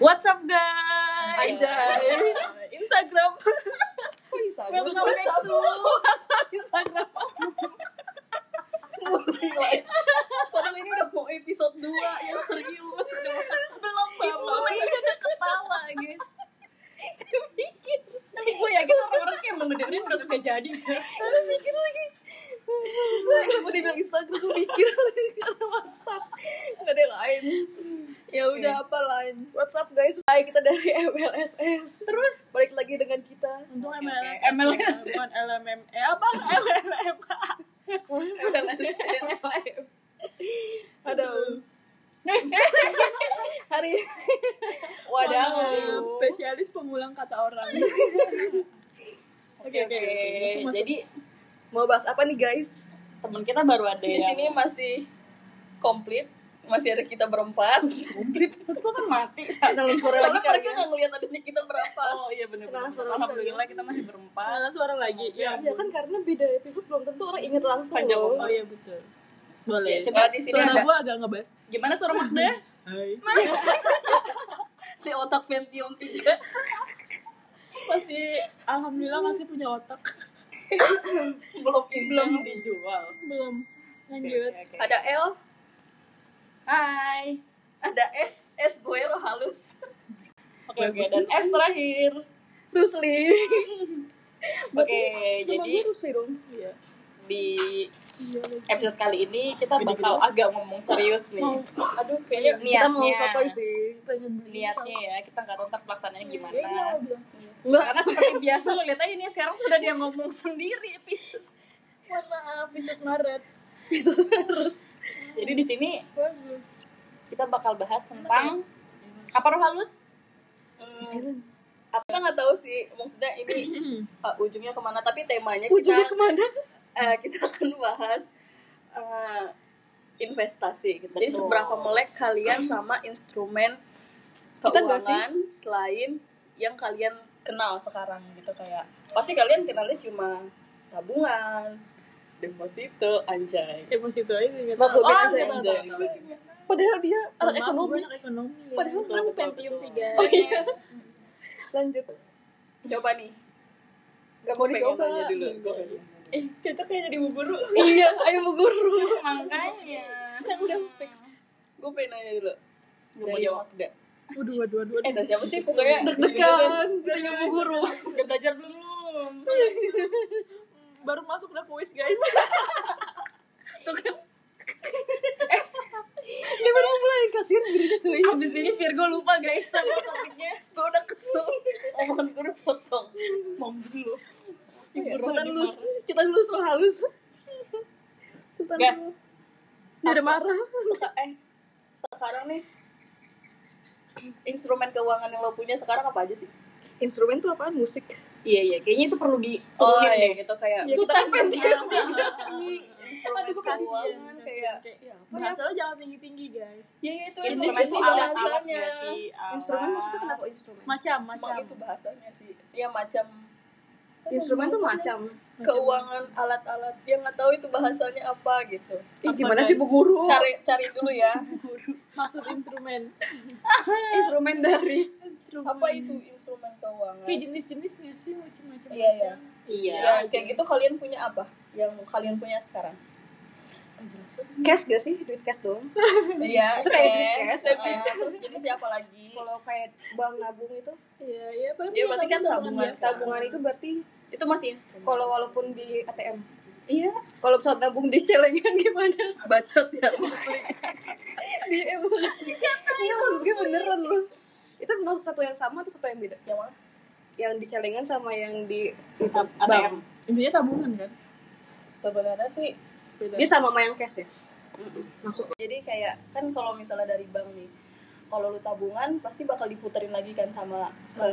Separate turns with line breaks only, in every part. What's up guys?
Instagram.
Kok Instagram?
Welcome back to What's up Instagram.
Padahal ini udah mau episode ya. 2 yang serius. Udah mau
Belum
Belum,
mulai udah ketawa guys. Bikin. Tapi gue yakin orang-orang yang mengedengerin udah kagak jadi.
mikir lagi.
Kenapa dia bilang Instagram? Gue mikir lagi karena WhatsApp. Gak ada yang lain.
Ya udah apa lain?
What's up guys? Hai, kita dari MLSS. Terus balik lagi dengan kita.
Untung
Oke,
MLS.
oke. MLS.
Bukan LMM. Eh apa? LMM.
MLSS. Aduh, hari
Wadah.
Maaf, Spesialis pengulang kata orang.
Oke oke.
Masuk, masuk.
Jadi
mau bahas apa nih guys?
teman kita baru ada
di
yang-
sini masih komplit. Masih ada kita berempat. Komplit.
Terus lo kan mati.
Kenalan suara lagi
Soalnya
kali
mereka
ya.
nggak ngeliat adanya kita berapa.
Oh iya benar-benar.
Kenalan suara lagi.
Alhamdulillah kita masih berempat.
Malah suara lagi. Ya.
Ya kan karena beda episode belum tentu orang inget langsung
Panjang
loh.
Oh iya betul. Boleh.
Ya, coba
Wah,
di sini
suara
ada-
gua agak ngebas.
Gimana suara Magda?
Hai.
Si otak Pentium 3.
Masih alhamdulillah masih punya otak.
belum belum dijual.
Belum. Lanjut.
Oke, oke, oke.
Ada L,
Hai.
ada S, S gue lo halus.
Oke, oke. Dan S terakhir.
Rusli.
Oke,
Nama
jadi
gue Rusli dong.
Iya.
di
Iya. lagi.
episode kali ini kita
Gede-gede.
bakal agak ngomong serius nih.
Mau. Aduh
Kayaknya
kayaknya
Kita mau
niatnya,
sotoy sih.
pengen beli.
niatnya ya kita nggak tahu ntar pelaksanaannya
Iya, iya,
gimana.
lo bilang.
Enggak,
Karena seperti biasa lo lihat aja nih sekarang tuh udah dia ngomong sendiri Pisces.
Mohon maaf, bisnis Maret.
Jadi di sini
Bagus.
kita bakal bahas tentang apa roh halus?
Eh, kita nggak tahu sih maksudnya ini uh, ujungnya kemana tapi temanya
ujungnya
kita
kemana?
uh, kita akan bahas uh, investasi gitu. jadi
Betul.
seberapa melek kalian sama instrumen
Kita nggak sih?
keuangan selain yang kalian kenal sekarang gitu kayak pasti kalian kenalnya cuma tabungan deposito anjay
Emosi itu aja nggak
Bagus,
tahu.
baik
Oh,
aja.
nggak tahu, nggak
Anjay.
tahu.
Padahal dia anak
Oh,
Maaf, gue
ekonomi.
anak ekonomi. ya.
Padahal
Betul,
kan
betul, Pentium
betul.
3.
Oh iya. Lanjut.
coba nih
Gak mau
pengen
dicoba.
nanya dulu Gua pengen nanya dulu.
Eh, cocok kayak jadi bu guru.
Iya, ayo mau guru.
Makanya.
Kan udah fix.
gue pengen nanya dulu
Gak mau
dari
jawab.
Magda
Waduh, waduh, waduh.
eh dari siapa sih pokoknya Iya,
Deg-degan, tanya mau guru.
Udah belajar belum lu?
Baru masuk udah kuis, guys.
gitu kan.
Dia baru mau mulai kasihan gurunya cuy.
Abis ini Virgo lupa guys sama topiknya.
gue udah kesel omongan gue udah potong
Moms lu.
Cetan lus, cetan lus lo halus. Cetan
Gas.
lu. Dia udah marah.
Seka- eh sekarang nih instrumen keuangan yang lo punya sekarang apa aja sih
Instrumen tuh apaan? Musik.
Iya iya, kayaknya itu perlu
oh
diturunin
iya
deh.
gitu kayak
Ya,
Susah
kita-
Iya. pengen.
instrumen
Aduh, gue pengen
keuangan
kasihan.
kayak
Ya, masalah jangan tinggi-tinggi, guys.
ya ya, itu
Ini
Instrumen
itu
itu alat alat
bahasanya
nggak sih?
Ah.
Alat.
Instrumen maksudnya kenapa instrumen?
Macam,
Emang
macam.
itu bahasanya sih ya macam
Instrumen tuh macam.
Macam.
keuangan alat-alat yang nggak tahu itu bahasanya apa gitu
Ih,
Apa,
gimana
guys?
sih bu guru?
cari cari dulu ya
maksud instrumen.
Instrumen dari
Instrumen.
apa itu instrumen keuangan
Kayak jenis-jenisnya sih macam-macam.
Iya, iya.
Iya.
ya kayak gitu kalian punya apa yang kalian punya sekarang
cash gak sih? Duit cash doang.
Iya,
Maksudnya kayak duit cash,
yes, nah, terus jadi siapa lagi?
Kalau kayak bank nabung itu,
Iya, iya. Paling
Dia
punya
berarti kan tabungan.
biasa.
tabungan itu berarti
Itu masih instrumen.
kalau walaupun di ATM.
iya,
Kalau misal nabung di celengan gimana?
bacot ya muslim.
Di emosi. Iya, maksud gue beneran loh. Itu maksud satu yang sama atau satu yang beda?
Yang mana?
Yang di celengan sama yang di itu,
ATM.
bank.
Intinya tabungan kan?
Sebenarnya sih
Beda.
Dia sama sama yang cash ya? Maksud
jadi kayak kan kalau misalnya dari bank nih, kalau lu tabungan pasti bakal diputerin lagi kan sama ke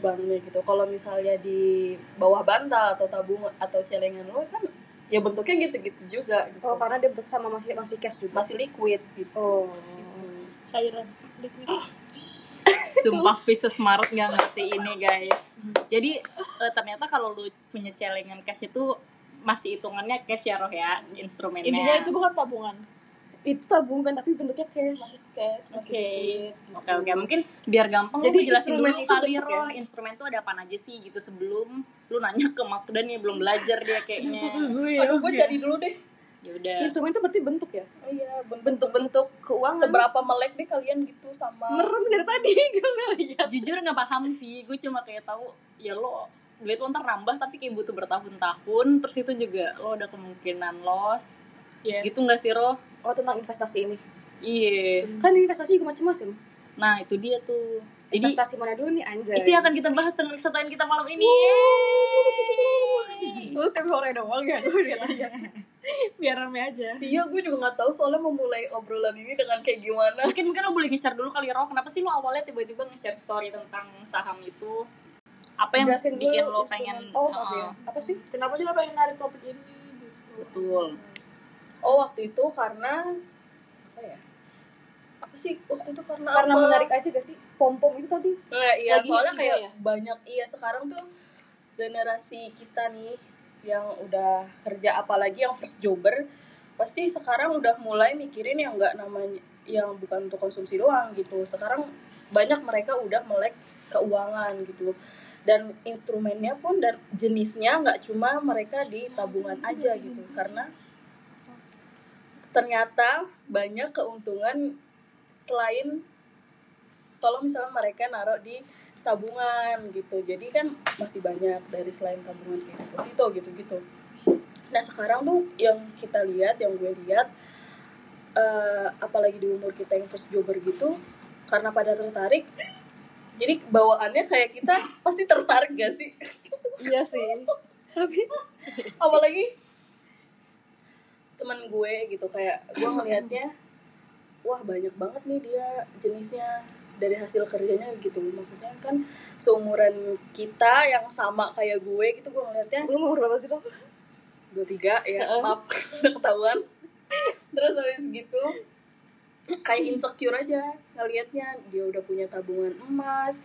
banknya gitu. Kalau misalnya di bawah bantal atau tabungan atau celengan lu kan ya bentuknya gitu-gitu juga gitu.
Oh, karena dia bentuk sama masih masih cash juga.
masih liquid gitu.
Oh.
Cairan. Liquid.
Sumpah Pisces Maret nggak ngerti ini guys. Jadi eh, ternyata kalau lu punya celengan cash itu masih hitungannya cash ya roh ya instrumennya.
Intinya itu bukan tabungan.
itu tabungan tapi bentuknya cash
Cash masih
Oke.
duit.
Oke oke mungkin biar gampang
Jadi
lu jelasin
instrumen
dulu ya.
itu
kali
bentuk
Roh, instrumen tuh ada apa aja sih gitu sebelum lu nanya ke Magda nih belum belajar dia kayaknya.
Aduh, gue jadi dulu deh.
Ya udah.
instrumen itu berarti bentuk ya
Oh iya, bentuk
bentuk-bentuk keuangan
seberapa melek deh kalian gitu sama
merem dari tadi gue nggak lihat
Jujur nggak paham sih, gue cuma kayak tahu ya lo duit lo ntar nambah tapi kayak butuh bertahun-tahun terus itu juga lo ada kemungkinan loss
Yes.
gitu nggak sih Roh?
oh tentang investasi ini
Iya.
kan investasi juga macam-macam
Nah itu dia tuh. Jadi
investasi mana dulu nih anjay
itu yang akan kita bahas dengan kesetain kita malam ini. Yeay.
lu tempe hore doang ya gue lihat aja
biar rame aja
Iya, gue juga nggak tahu soalnya memulai obrolan ini dengan kayak gimana.
mungkin mungkin lo boleh nge-share dulu kali ya, Roh kenapa sih lo awalnya tiba-tiba nge-share story tentang saham itu apa yang
Jelasin dulu
bikin lo
instrumen.
pengen uh,
oh apa ya apa sih
kenapa sih lo pengen narik topik ini gitu
betul
Oh, waktu itu karena apa ya? Apa sih waktu itu karena
karena
apa?
menarik aja gak sih pom pom itu tadi
Eh, iya,
Lagi
soalnya
hits
kayak
juga ya?
banyak iya sekarang tuh generasi kita nih yang udah kerja apalagi yang first jobber pasti sekarang udah mulai mikirin yang nggak namanya yang bukan untuk konsumsi doang gitu. Sekarang banyak mereka udah melek keuangan gitu dan instrumennya pun dan jenisnya nggak cuma mereka di tabungan
Iya,
aja gitu karena ternyata banyak keuntungan selain kalau misalnya mereka naruh di tabungan gitu jadi kan masih banyak dari selain tabungan kayak deposito gitu gitu nah sekarang tuh yang kita lihat yang gue lihat eh, apalagi di umur kita yang first jobber gitu karena pada tertarik jadi bawaannya kayak kita pasti tertarik gak sih
iya sih tapi
apalagi teman gue gitu kayak gue ngelihatnya wah banyak banget nih dia jenisnya dari hasil kerjanya gitu maksudnya kan seumuran kita yang sama kayak gue gitu gue ngelihatnya
lu mau berapa sih lo
dua tiga ya
Heeh.
maaf udah ketahuan terus habis gitu kayak insecure aja ngelihatnya dia udah punya tabungan emas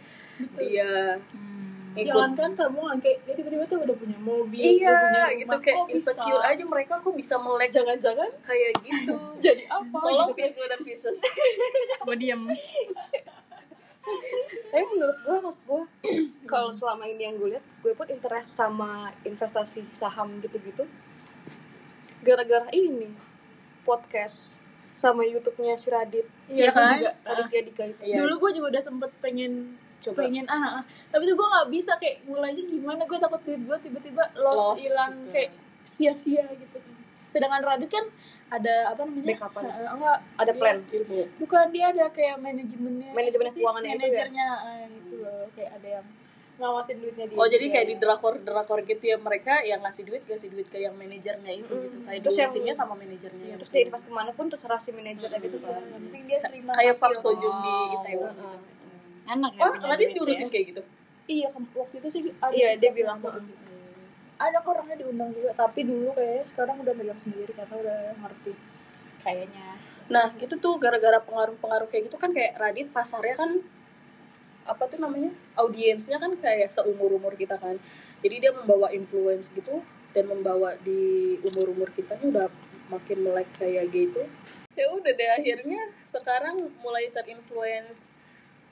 dia
Hmm.
Ikut.
jalankan tabungan kayak dia tiba-tiba tuh udah punya mobil udah punya
iya
rumah.
gitu kayak
Kok bisa?
insecure aja mereka kok bisa melek
jangan-jangan
kayak gitu
jadi apa
tolong Virgo dan Pisces
gue diem
tapi menurut gue maksud gue kalau selama ini yang gue lihat gue pun interest sama investasi saham gitu-gitu gara-gara ini podcast sama YouTube-nya si Radit
iya kan
juga.
Raditya Dika itu
Iya.
dulu gue juga udah sempet pengen
coba
pengen ah, ah. tapi tuh gue nggak bisa kayak mulainya gimana gue takut duit gue tiba-tiba loss
Loss,
hilang
gitu.
kayak sia-sia gitu kan sedangkan Radit kan ada apa namanya
Backupan.
Eh, enggak
ada
Iya.
plan
ilmu
bukan dia ada kayak manajemennya
Manajemen
Apa sih?
keuangannya itu ya?
manajernya eh, gitu loh kayak ada yang ngawasin duitnya dia ya.
oh jadi kayak di drakor drakor gitu ya mereka yang ngasih duit ngasih duit ke yang manajernya itu gitu
Mm.
kayak
Terus yang-
diurusinnya sama manajernya
ya,
yang
terus dia invest kemana pun terserah si manajernya gitu
Iya,
kan Uh-uh.
yang penting dia terima
kayak Park
hasil.
Seo Joon di
Oh.
Itaewon
Heeh.
enak ya
oh
punya
tadi
duit
diurusin
ya.
kayak gitu
iya kem- waktu itu sih ada
Iya, dia
juga.
bilang,
gitu. ada kok orangnya diundang juga tapi dulu kayaknya sekarang udah megang sendiri karena udah ngerti kayaknya
nah gitu tuh gara-gara pengaruh-pengaruh kayak gitu kan kayak Radit pasarnya kan apa tuh namanya audiensnya kan kayak seumur umur kita kan jadi dia membawa influence gitu dan membawa di umur umur kita nih udah makin melek kayak gitu ya udah deh akhirnya sekarang mulai terinfluence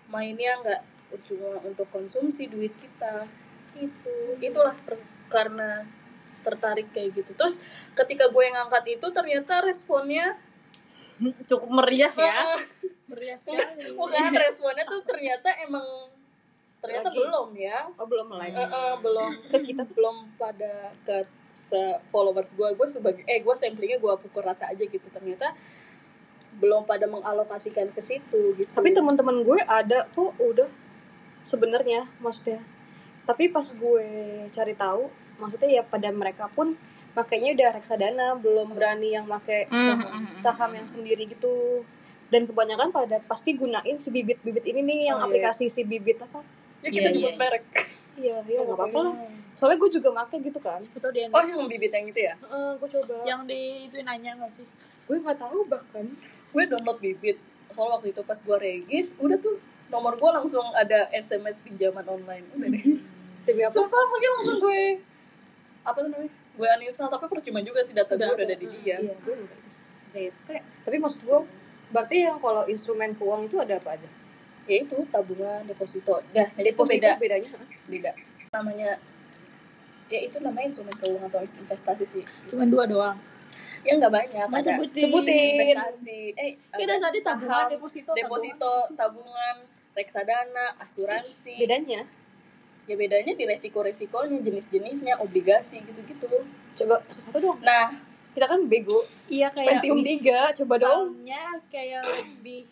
mainnya nggak cuma untuk konsumsi duit kita itu itulah per- karena tertarik kayak gitu terus ketika gue ngangkat itu ternyata responnya
cukup meriah ya
Ah,
meriah
bukan responnya tuh ternyata emang ternyata
Lagi.
belum ya
oh belum lagi
Eh, eh, belum
ke kita
belum pada ke se- followers gue gue sebagai eh gue samplingnya gue pukul rata aja gitu ternyata belum pada mengalokasikan ke situ gitu
tapi teman-teman gue ada tuh udah sebenarnya maksudnya tapi pas gue cari tahu maksudnya ya pada mereka pun makanya udah reksadana belum berani yang make saham,
Mhm.
saham yang sendiri gitu dan kebanyakan pada pasti gunain si bibit-bibit ini nih yang
Oh, iya.
aplikasi si bibit apa
ya kita
Iya,
nyebut
iya.
merek
iya iya nggak apa-apa lah
Oh.
soalnya gue juga make gitu kan
itu dia
oh yang bibit yang itu ya
Heeh, gue coba
yang di itu nanya nggak sih
gue nggak tahu bahkan
gue download bibit soal waktu itu pas gue regis udah tuh nomor gue langsung ada sms pinjaman online udah deh
demi apa
Sumpah mungkin langsung gue apa tuh namanya? Gue uninstall tapi percuma juga sih data gue
Udah
udah Hmm. ada
ada.
di dia.
iya gue nggak itu
PT
Tapi maksud gue, berarti yang kalau instrumen keuangan itu ada apa aja?
ya itu tabungan deposito nah jadi itu
Deposito
beda
bedanya? apa?
beda namanya ya itu namanya instrumen keuangan atau investasi sih
Cuman dua doang.
ya nggak banyak
Nggak
ada
sebutin.
investasi eh
Kita
ada
tadi tabungan
saham,
deposito.
deposito tabungan reksadana asuransi
Bedanya?
ya bedanya di resiko resikonya jenis jenisnya obligasi gitu gitu
Coba satu dong.
nah
Kita kan bego.
Iya kayak
Pentium 3, coba dong.
misalnya kayak lebih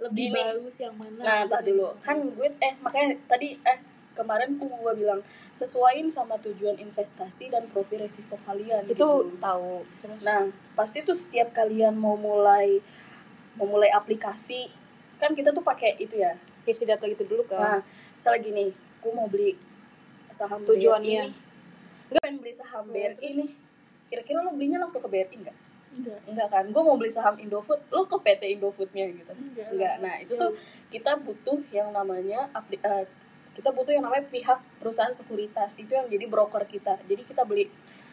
lebih
Gini.
bagus yang mana?
nah tak dulu kan gue eh makanya tadi eh kemarin tuh gue bilang sesuaiin sama tujuan investasi dan profil resiko kalian
Itu
gitu.
tahu.
Nah, pasti tuh setiap kalian mau mulai memulai aplikasi, kan kita tuh pakai itu ya.
Isi data gitu dulu kan.
Nah, misalnya gini, gue mau beli saham
Tujuannya.
BRI. Gue pengen beli saham
Iya,
BRI nih. Kira-kira lo belinya langsung ke BRI nggak?
enggak.
Enggak kan? Gue mau beli saham Indofood, lo ke PT Indofoodnya gitu.
Enggak.
Enggak. Nah, itu tuh kita butuh yang namanya apli- eh, kita butuh yang namanya pihak perusahaan sekuritas. Itu yang jadi broker kita. Jadi kita beli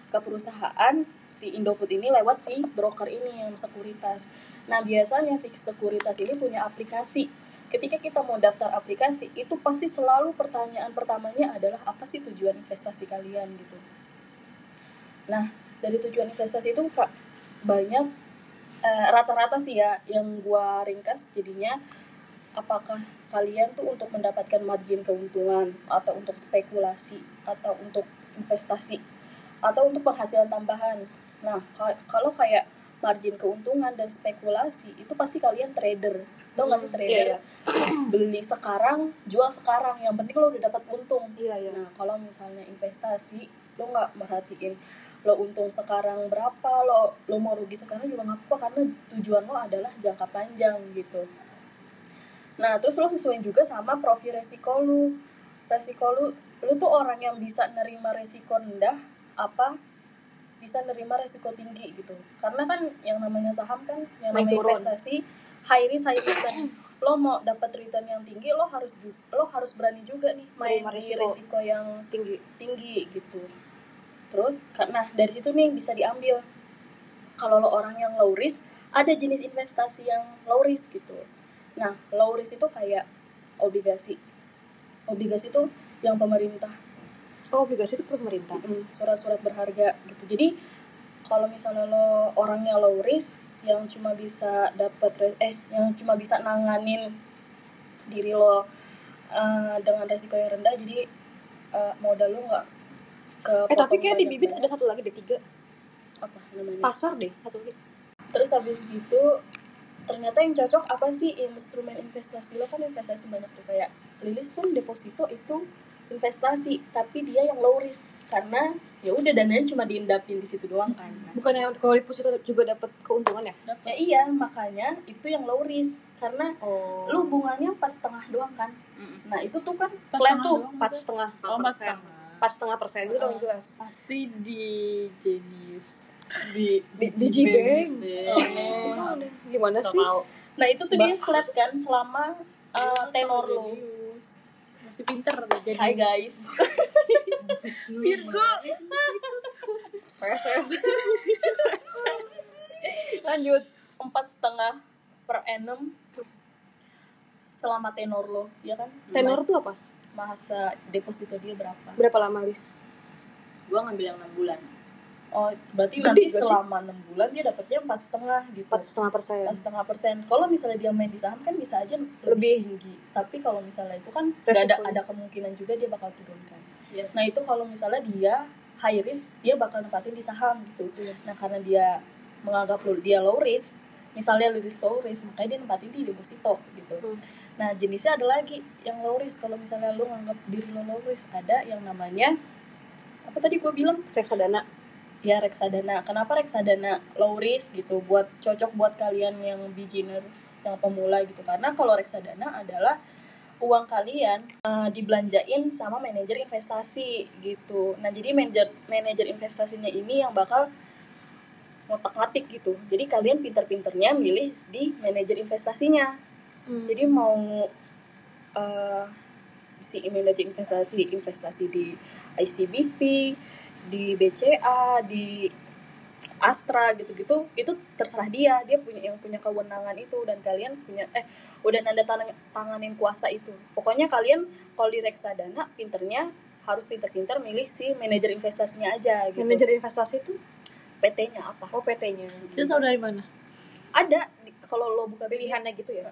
ke perusahaan si Indofood ini lewat si broker ini yang sekuritas. Nah, biasanya si sekuritas ini punya aplikasi. Ketika kita mau daftar aplikasi, itu pasti selalu pertanyaan pertamanya adalah apa sih tujuan investasi kalian gitu. Nah, dari tujuan investasi itu Kak, banyak eh, rata-rata sih ya yang gua ringkas jadinya apakah kalian tuh untuk mendapatkan margin keuntungan atau untuk spekulasi atau untuk investasi atau untuk penghasilan tambahan. Nah, ka- kalau kayak margin keuntungan dan spekulasi itu pasti kalian trader. Tau nggak sih
Hmm,
trader?
iya,
ya? Beli sekarang, jual sekarang. Yang penting lo udah dapat untung.
Iya, iya.
Nah, kalau misalnya investasi, lo nggak merhatiin lo untung sekarang berapa, lo lo mau rugi sekarang juga nggak apa-apa karena tujuan lo adalah jangka panjang gitu. Nah, terus lo sesuaiin juga sama profil resiko lo. Resiko lo, lo tuh orang yang bisa nerima resiko rendah apa bisa nerima resiko tinggi gitu. Karena kan yang namanya saham kan, yang
Main
namanya
turun.
investasi high risk high return. lo mau dapat return yang tinggi, lo harus ju- lo harus berani juga nih main
Nerima
di
resiko.
resiko yang
Tinggi.
tinggi gitu terus karena dari situ nih bisa diambil kalau lo orang yang low risk ada jenis investasi yang low risk gitu nah low risk itu kayak obligasi obligasi itu yang pemerintah
Oh, obligasi itu pemerintah.
Mm, surat-surat berharga gitu jadi kalau misalnya lo orangnya low risk yang cuma bisa dapat re- eh yang cuma bisa nanganin diri lo eh, dengan resiko yang rendah jadi eh, modal lo nggak ke
Eh, tapi kayak di
Iya.
bibit ada satu lagi, ada tiga.
apa namanya
Pasar deh, satu lagi.
terus habis gitu ternyata yang cocok apa sih instrumen investasi lo kan investasi banyak tuh kayak lilis pun deposito itu investasi tapi dia yang low risk karena ya udah dananya cuma diendapin di situ doang kan
Bukannya kalau deposito juga dapat keuntungan ya?
ya iya makanya itu yang low risk karena
Oh.
lu bunganya pas setengah doang kan
Mm-mm.
nah itu tuh kan
Pas
flat
tengah
tuh
doang
empat
itu.
setengah
Oh, pas
persen.
tengah.
Empat setengah persen itu dong jelas.
Ah,
pasti di jenis di
Di- di G-Bank.
Iya.
Oh.
Gimana
Nggak
sih?
mau.
nah itu tuh dia flat kan selama
Oh,
uh, tenor lu
Jenius. Masih pinter deh jadi.
Hai guys
Virgo.
PSS. Lanjut.
empat setengah per annum selama tenor lo ya kan
Tenor tuh apa?
masa deposito dia berapa
Berapa lama, Lis?
Gua ngambil yang 6 bulan.
oh berarti
Gede
nanti
juga sih.
selama enam bulan dia dapatnya empat setengah gitu
Empat setengah persen.
empat setengah persen kalau misalnya dia main di saham kan bisa aja lebih,
Lebih.
tinggi tapi kalau misalnya itu kan nggak ada
Resikonya.
ada kemungkinan juga dia bakal turunkan
Yes.
nah itu kalau misalnya dia high risk dia bakal nempatin di saham gitu nah karena dia menganggap lo- dia low risk misalnya lo risk low risk makanya dia nempatin di deposito gitu
Hmm.
nah jenisnya ada lagi yang low risk kalau misalnya lo nganggap diri lo low risk ada yang namanya apa tadi gue bilang
Reksadana.
ya reksadana kenapa reksadana low risk gitu buat cocok buat kalian yang beginner yang pemula gitu karena kalau reksadana adalah uang kalian eh, dibelanjain sama manajer investasi gitu nah jadi manajer manajer investasinya ini yang bakal ngotak ngatik gitu jadi kalian pinter-pinternya milih di manajer investasinya jadi mau eh, si manajer investasi investasi di ICBP di BCA di Astra gitu-gitu itu terserah dia dia punya yang punya kewenangan itu dan kalian punya eh udah nanda tangan tanganin kuasa itu pokoknya kalian kalau di reksadana pinternya harus pinter-pinter milih si manajer investasinya aja gitu
manajer investasi tuh
PT-nya apa
oh PT-nya
Kita tahu dari mana?
ada di- kalau lo buka bibit
pilihannya gitu ya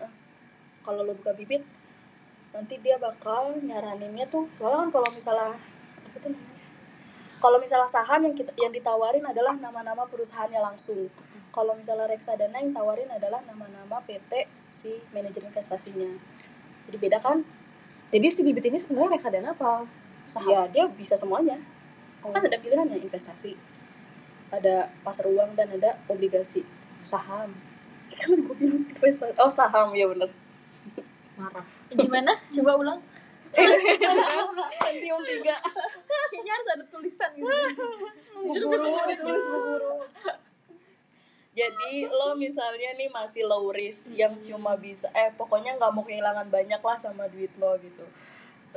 kalau lo buka bibit nanti dia bakal nyaraninnya tuh soalnya kan kalau misalnya apa tuh namanya? kalau misalnya saham yang kita yang ditawarin adalah nama-nama perusahaannya langsung kalau misalnya reksadana yang tawarin adalah nama-nama PT si manajer investasinya jadi beda kan
jadi si bibit ini sebenarnya reksadana apa saham
ya dia bisa semuanya kan ada pilihannya investasi ada pasar uang dan ada obligasi
saham
kan gue bilang investasi oh saham ya bener
marah
Gimana? Coba ulang.
Pentium tiga
Kayaknya harus ada tulisan gitu.
bu guru ditulis bu guru
Jadi lo misalnya nih masih low risk yang cuma bisa eh pokoknya nggak mau kehilangan banyak lah sama duit lo gitu.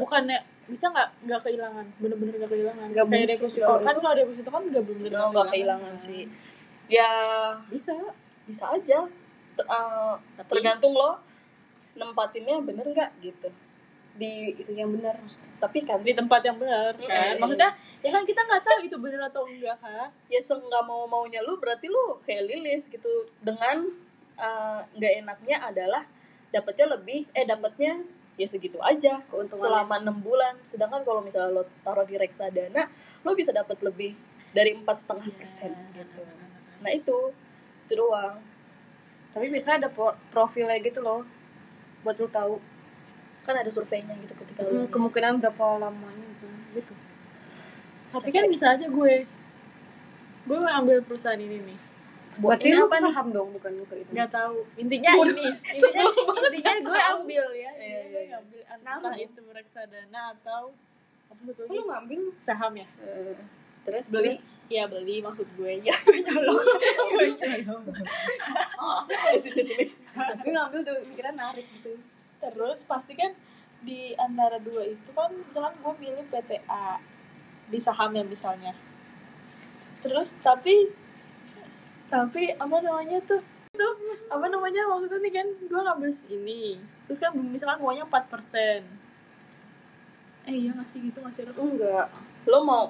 Bukannya bisa nggak nggak kehilangan? Bener-bener nggak kehilangan.
Nggak
Kayak
mungkin.
deposito
Oh,
kan
itu-
kalau deposito kan nggak bener-bener
Lo nggak kehilangan sih. Ya
bisa
bisa aja. T- eh,
Tapi-
tergantung lo nempatinnya bener nggak gitu.
di itu yang benar maksudnya.
Tapi kan
di tempat yang benar kan.
Mm-mm.
Maksudnya ya kan kita nggak tahu itu bener atau enggak kan.
ya nggak mau maunya lu berarti lu kayak lilis gitu dengan eh, nggak enaknya adalah dapatnya lebih eh dapatnya ya segitu aja
keuntungan
selama enam bulan sedangkan kalau misalnya lo taruh di reksadana lo bisa dapat lebih dari empat setengah
Iya,
persen gitu nah itu itu doang
tapi biasanya ada pro- profilnya gitu loh buat lu tahu
kan ada surveinya gitu ketika lo
Hmm, kemungkinan berapa lamanya gitu gitu
Tapi kan bisa aja gue gue mau ambil perusahaan ini nih.
berarti
ini
lu
apa nih?
saham dong bukan lu ke itu
nggak tahu intinya ini intinya, intinya gue ambil ya intinya
Iya, iya,
gue
iya.
ambil entah
Naruh.
itu reksadana atau apa betul
Oh, lu ngambil
saham ya
Eh, terus
beli
ya beli maksud gue ya gue nyolong gue nyolong
di sini sini
lu ngambil udah pikiran narik gitu
terus pasti kan di antara dua itu kan misalkan gue milih PTA di sahamnya misalnya terus tapi tapi apa namanya tuh tuh apa namanya maksudnya nih kan gue ngambil ini terus kan misalkan maunya 4% eh iya ngasih gitu ngasih sih Ruth?
enggak
lo mau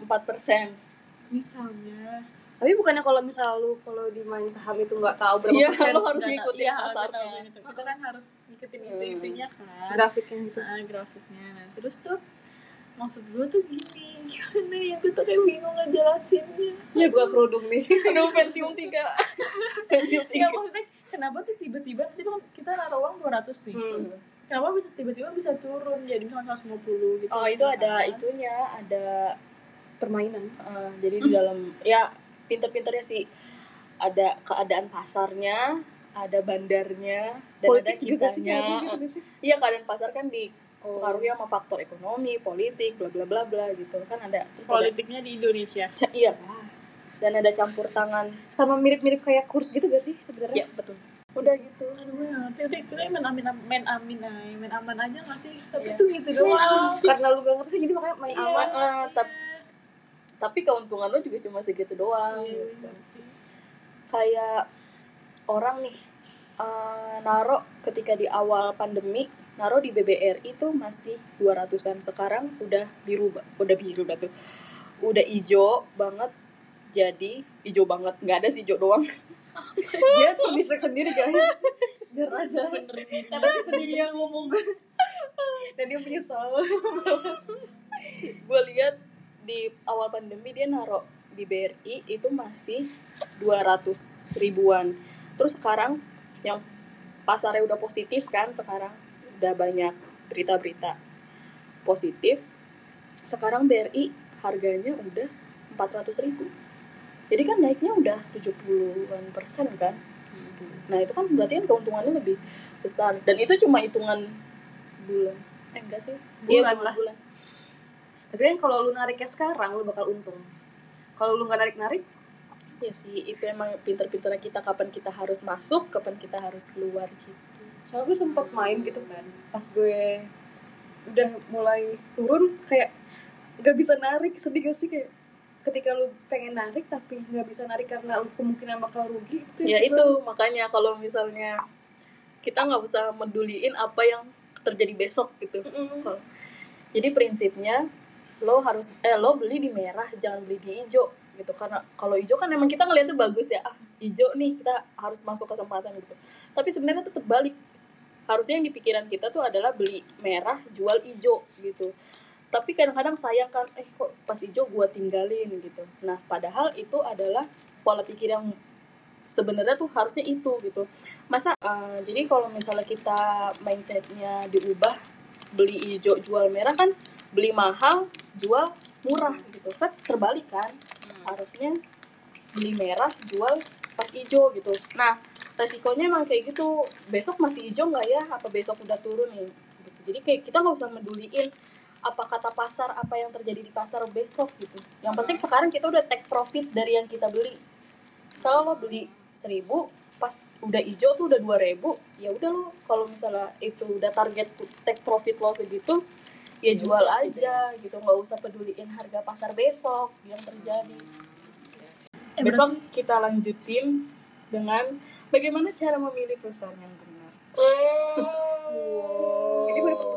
empat persen
misalnya
tapi bukannya kalau misal lu kalau di main saham itu nggak tahu berapa
iya
persen
lo harus
Data-
ngikutin
iya,
pasarnya
betul, betul. kita kan harus ngikutin itu
Hmm.
itunya kan
grafiknya gitu
Nah, grafiknya nah terus tuh maksud gue tuh gini gimana ya gue tuh kayak bingung ngejelasinnya
ya bukan kerudung nih
aduh pentium tiga pentium
ya
tiga
maksudnya kenapa tuh tiba-tiba tadi kan kita naruh uang 200 nih gitu.
Hmm.
kenapa bisa tiba-tiba bisa turun jadi misalnya 150 gitu
oh itu ada
Kan?
Iya.
itunya ada
permainan
Eh, jadi
Hmm.
di dalam ya pinter-pinternya sih ada keadaan pasarnya, ada bandarnya, dan ada
politik juga sih
kitanya.
kayak gitu gitu sih
Iya keadaan pasar kan dipengaruhi sama faktor ekonomi, politik, bla bla bla bla gitu kan ada terus
politiknya di Indonesia
ada ca- iya dan ada campur tangan.
sama mirip-mirip kayak kurs gitu gak sih sebenarnya
Iya betul. Udah gitu.
aduh gue nggak ngerti udah gitu, kita main amin main amin aja main aman aja nggak sih tapi
Iya.
tuh gitu doang
karena lu gak ngerti jadi makanya main
Iya.
aman
eh, tap- Tapi keuntungan lo juga cuma segitu doang.
Iya,
gitu.
iya.
kayak orang nih eh, naro ketika di awal pandemi naro di BBRI itu masih 200-an sekarang udah biru ba- udah biru dah tuh udah ijo banget jadi ijo banget nggak ada sih ijo doang
dia tulisnya sendiri guys biar aja karena dia sendiri yang ngomong dan dia menyesal
gue lihat di awal pandemi dia naro di BRI itu masih 200 ribuan terus sekarang yang pasarnya udah positif kan sekarang udah banyak berita-berita positif sekarang BRI harganya udah 400 ribu jadi kan naiknya udah 70-an persen kan
Hmm.
nah itu kan berarti kan keuntungannya lebih besar dan itu cuma hitungan bulan eh enggak sih Iya,
Bulan lah.
bulan
tapi kan kalau lu nariknya sekarang lu bakal untung kalau lu nggak narik narik
ya sih itu emang pinter-pinternya kita kapan kita harus masuk kapan kita harus keluar gitu
soalnya gue sempet main gitu kan pas gue udah mulai turun kayak nggak bisa narik sedih gak sih kayak ketika lu pengen narik tapi nggak bisa narik karena lu kemungkinan bakal rugi itu
ya
Iya juga-
itu makanya kalau misalnya kita nggak usah meduliin apa yang terjadi besok gitu
Mm-mm.
jadi prinsipnya lo harus eh lo beli di merah jangan beli di hijau gitu karena kalau hijau kan emang kita ngeliatnya bagus ya ah hijau nih kita harus masuk kesempatan gitu tapi sebenarnya tetap balik harusnya yang di pikiran kita tuh adalah beli merah jual hijau gitu tapi kadang-kadang sayang kan eh kok pas hijau gua tinggalin gitu nah padahal itu adalah pola pikir yang sebenarnya tuh harusnya itu gitu masa eh, jadi kalau misalnya kita mindsetnya diubah beli hijau jual merah kan beli mahal jual murah gitu kan terbalik kan
Hmm.
harusnya beli merah jual pas hijau gitu nah resikonya emang kayak gitu besok masih hijau nggak ya apa besok udah turun nih gitu. jadi kayak kita nggak usah meduliin apa kata pasar apa yang terjadi di pasar besok gitu yang penting sekarang kita udah take profit dari yang kita beli misal lo beli seribu pas udah hijau tuh udah dua ribu ya udah lo kalau misalnya itu udah target take profit lo segitu ya jual aja gitu nggak usah peduliin harga pasar besok yang terjadi
Eh,
besok kita lanjutin dengan bagaimana cara memilih perusahaan yang benar
Wow.
Ini baru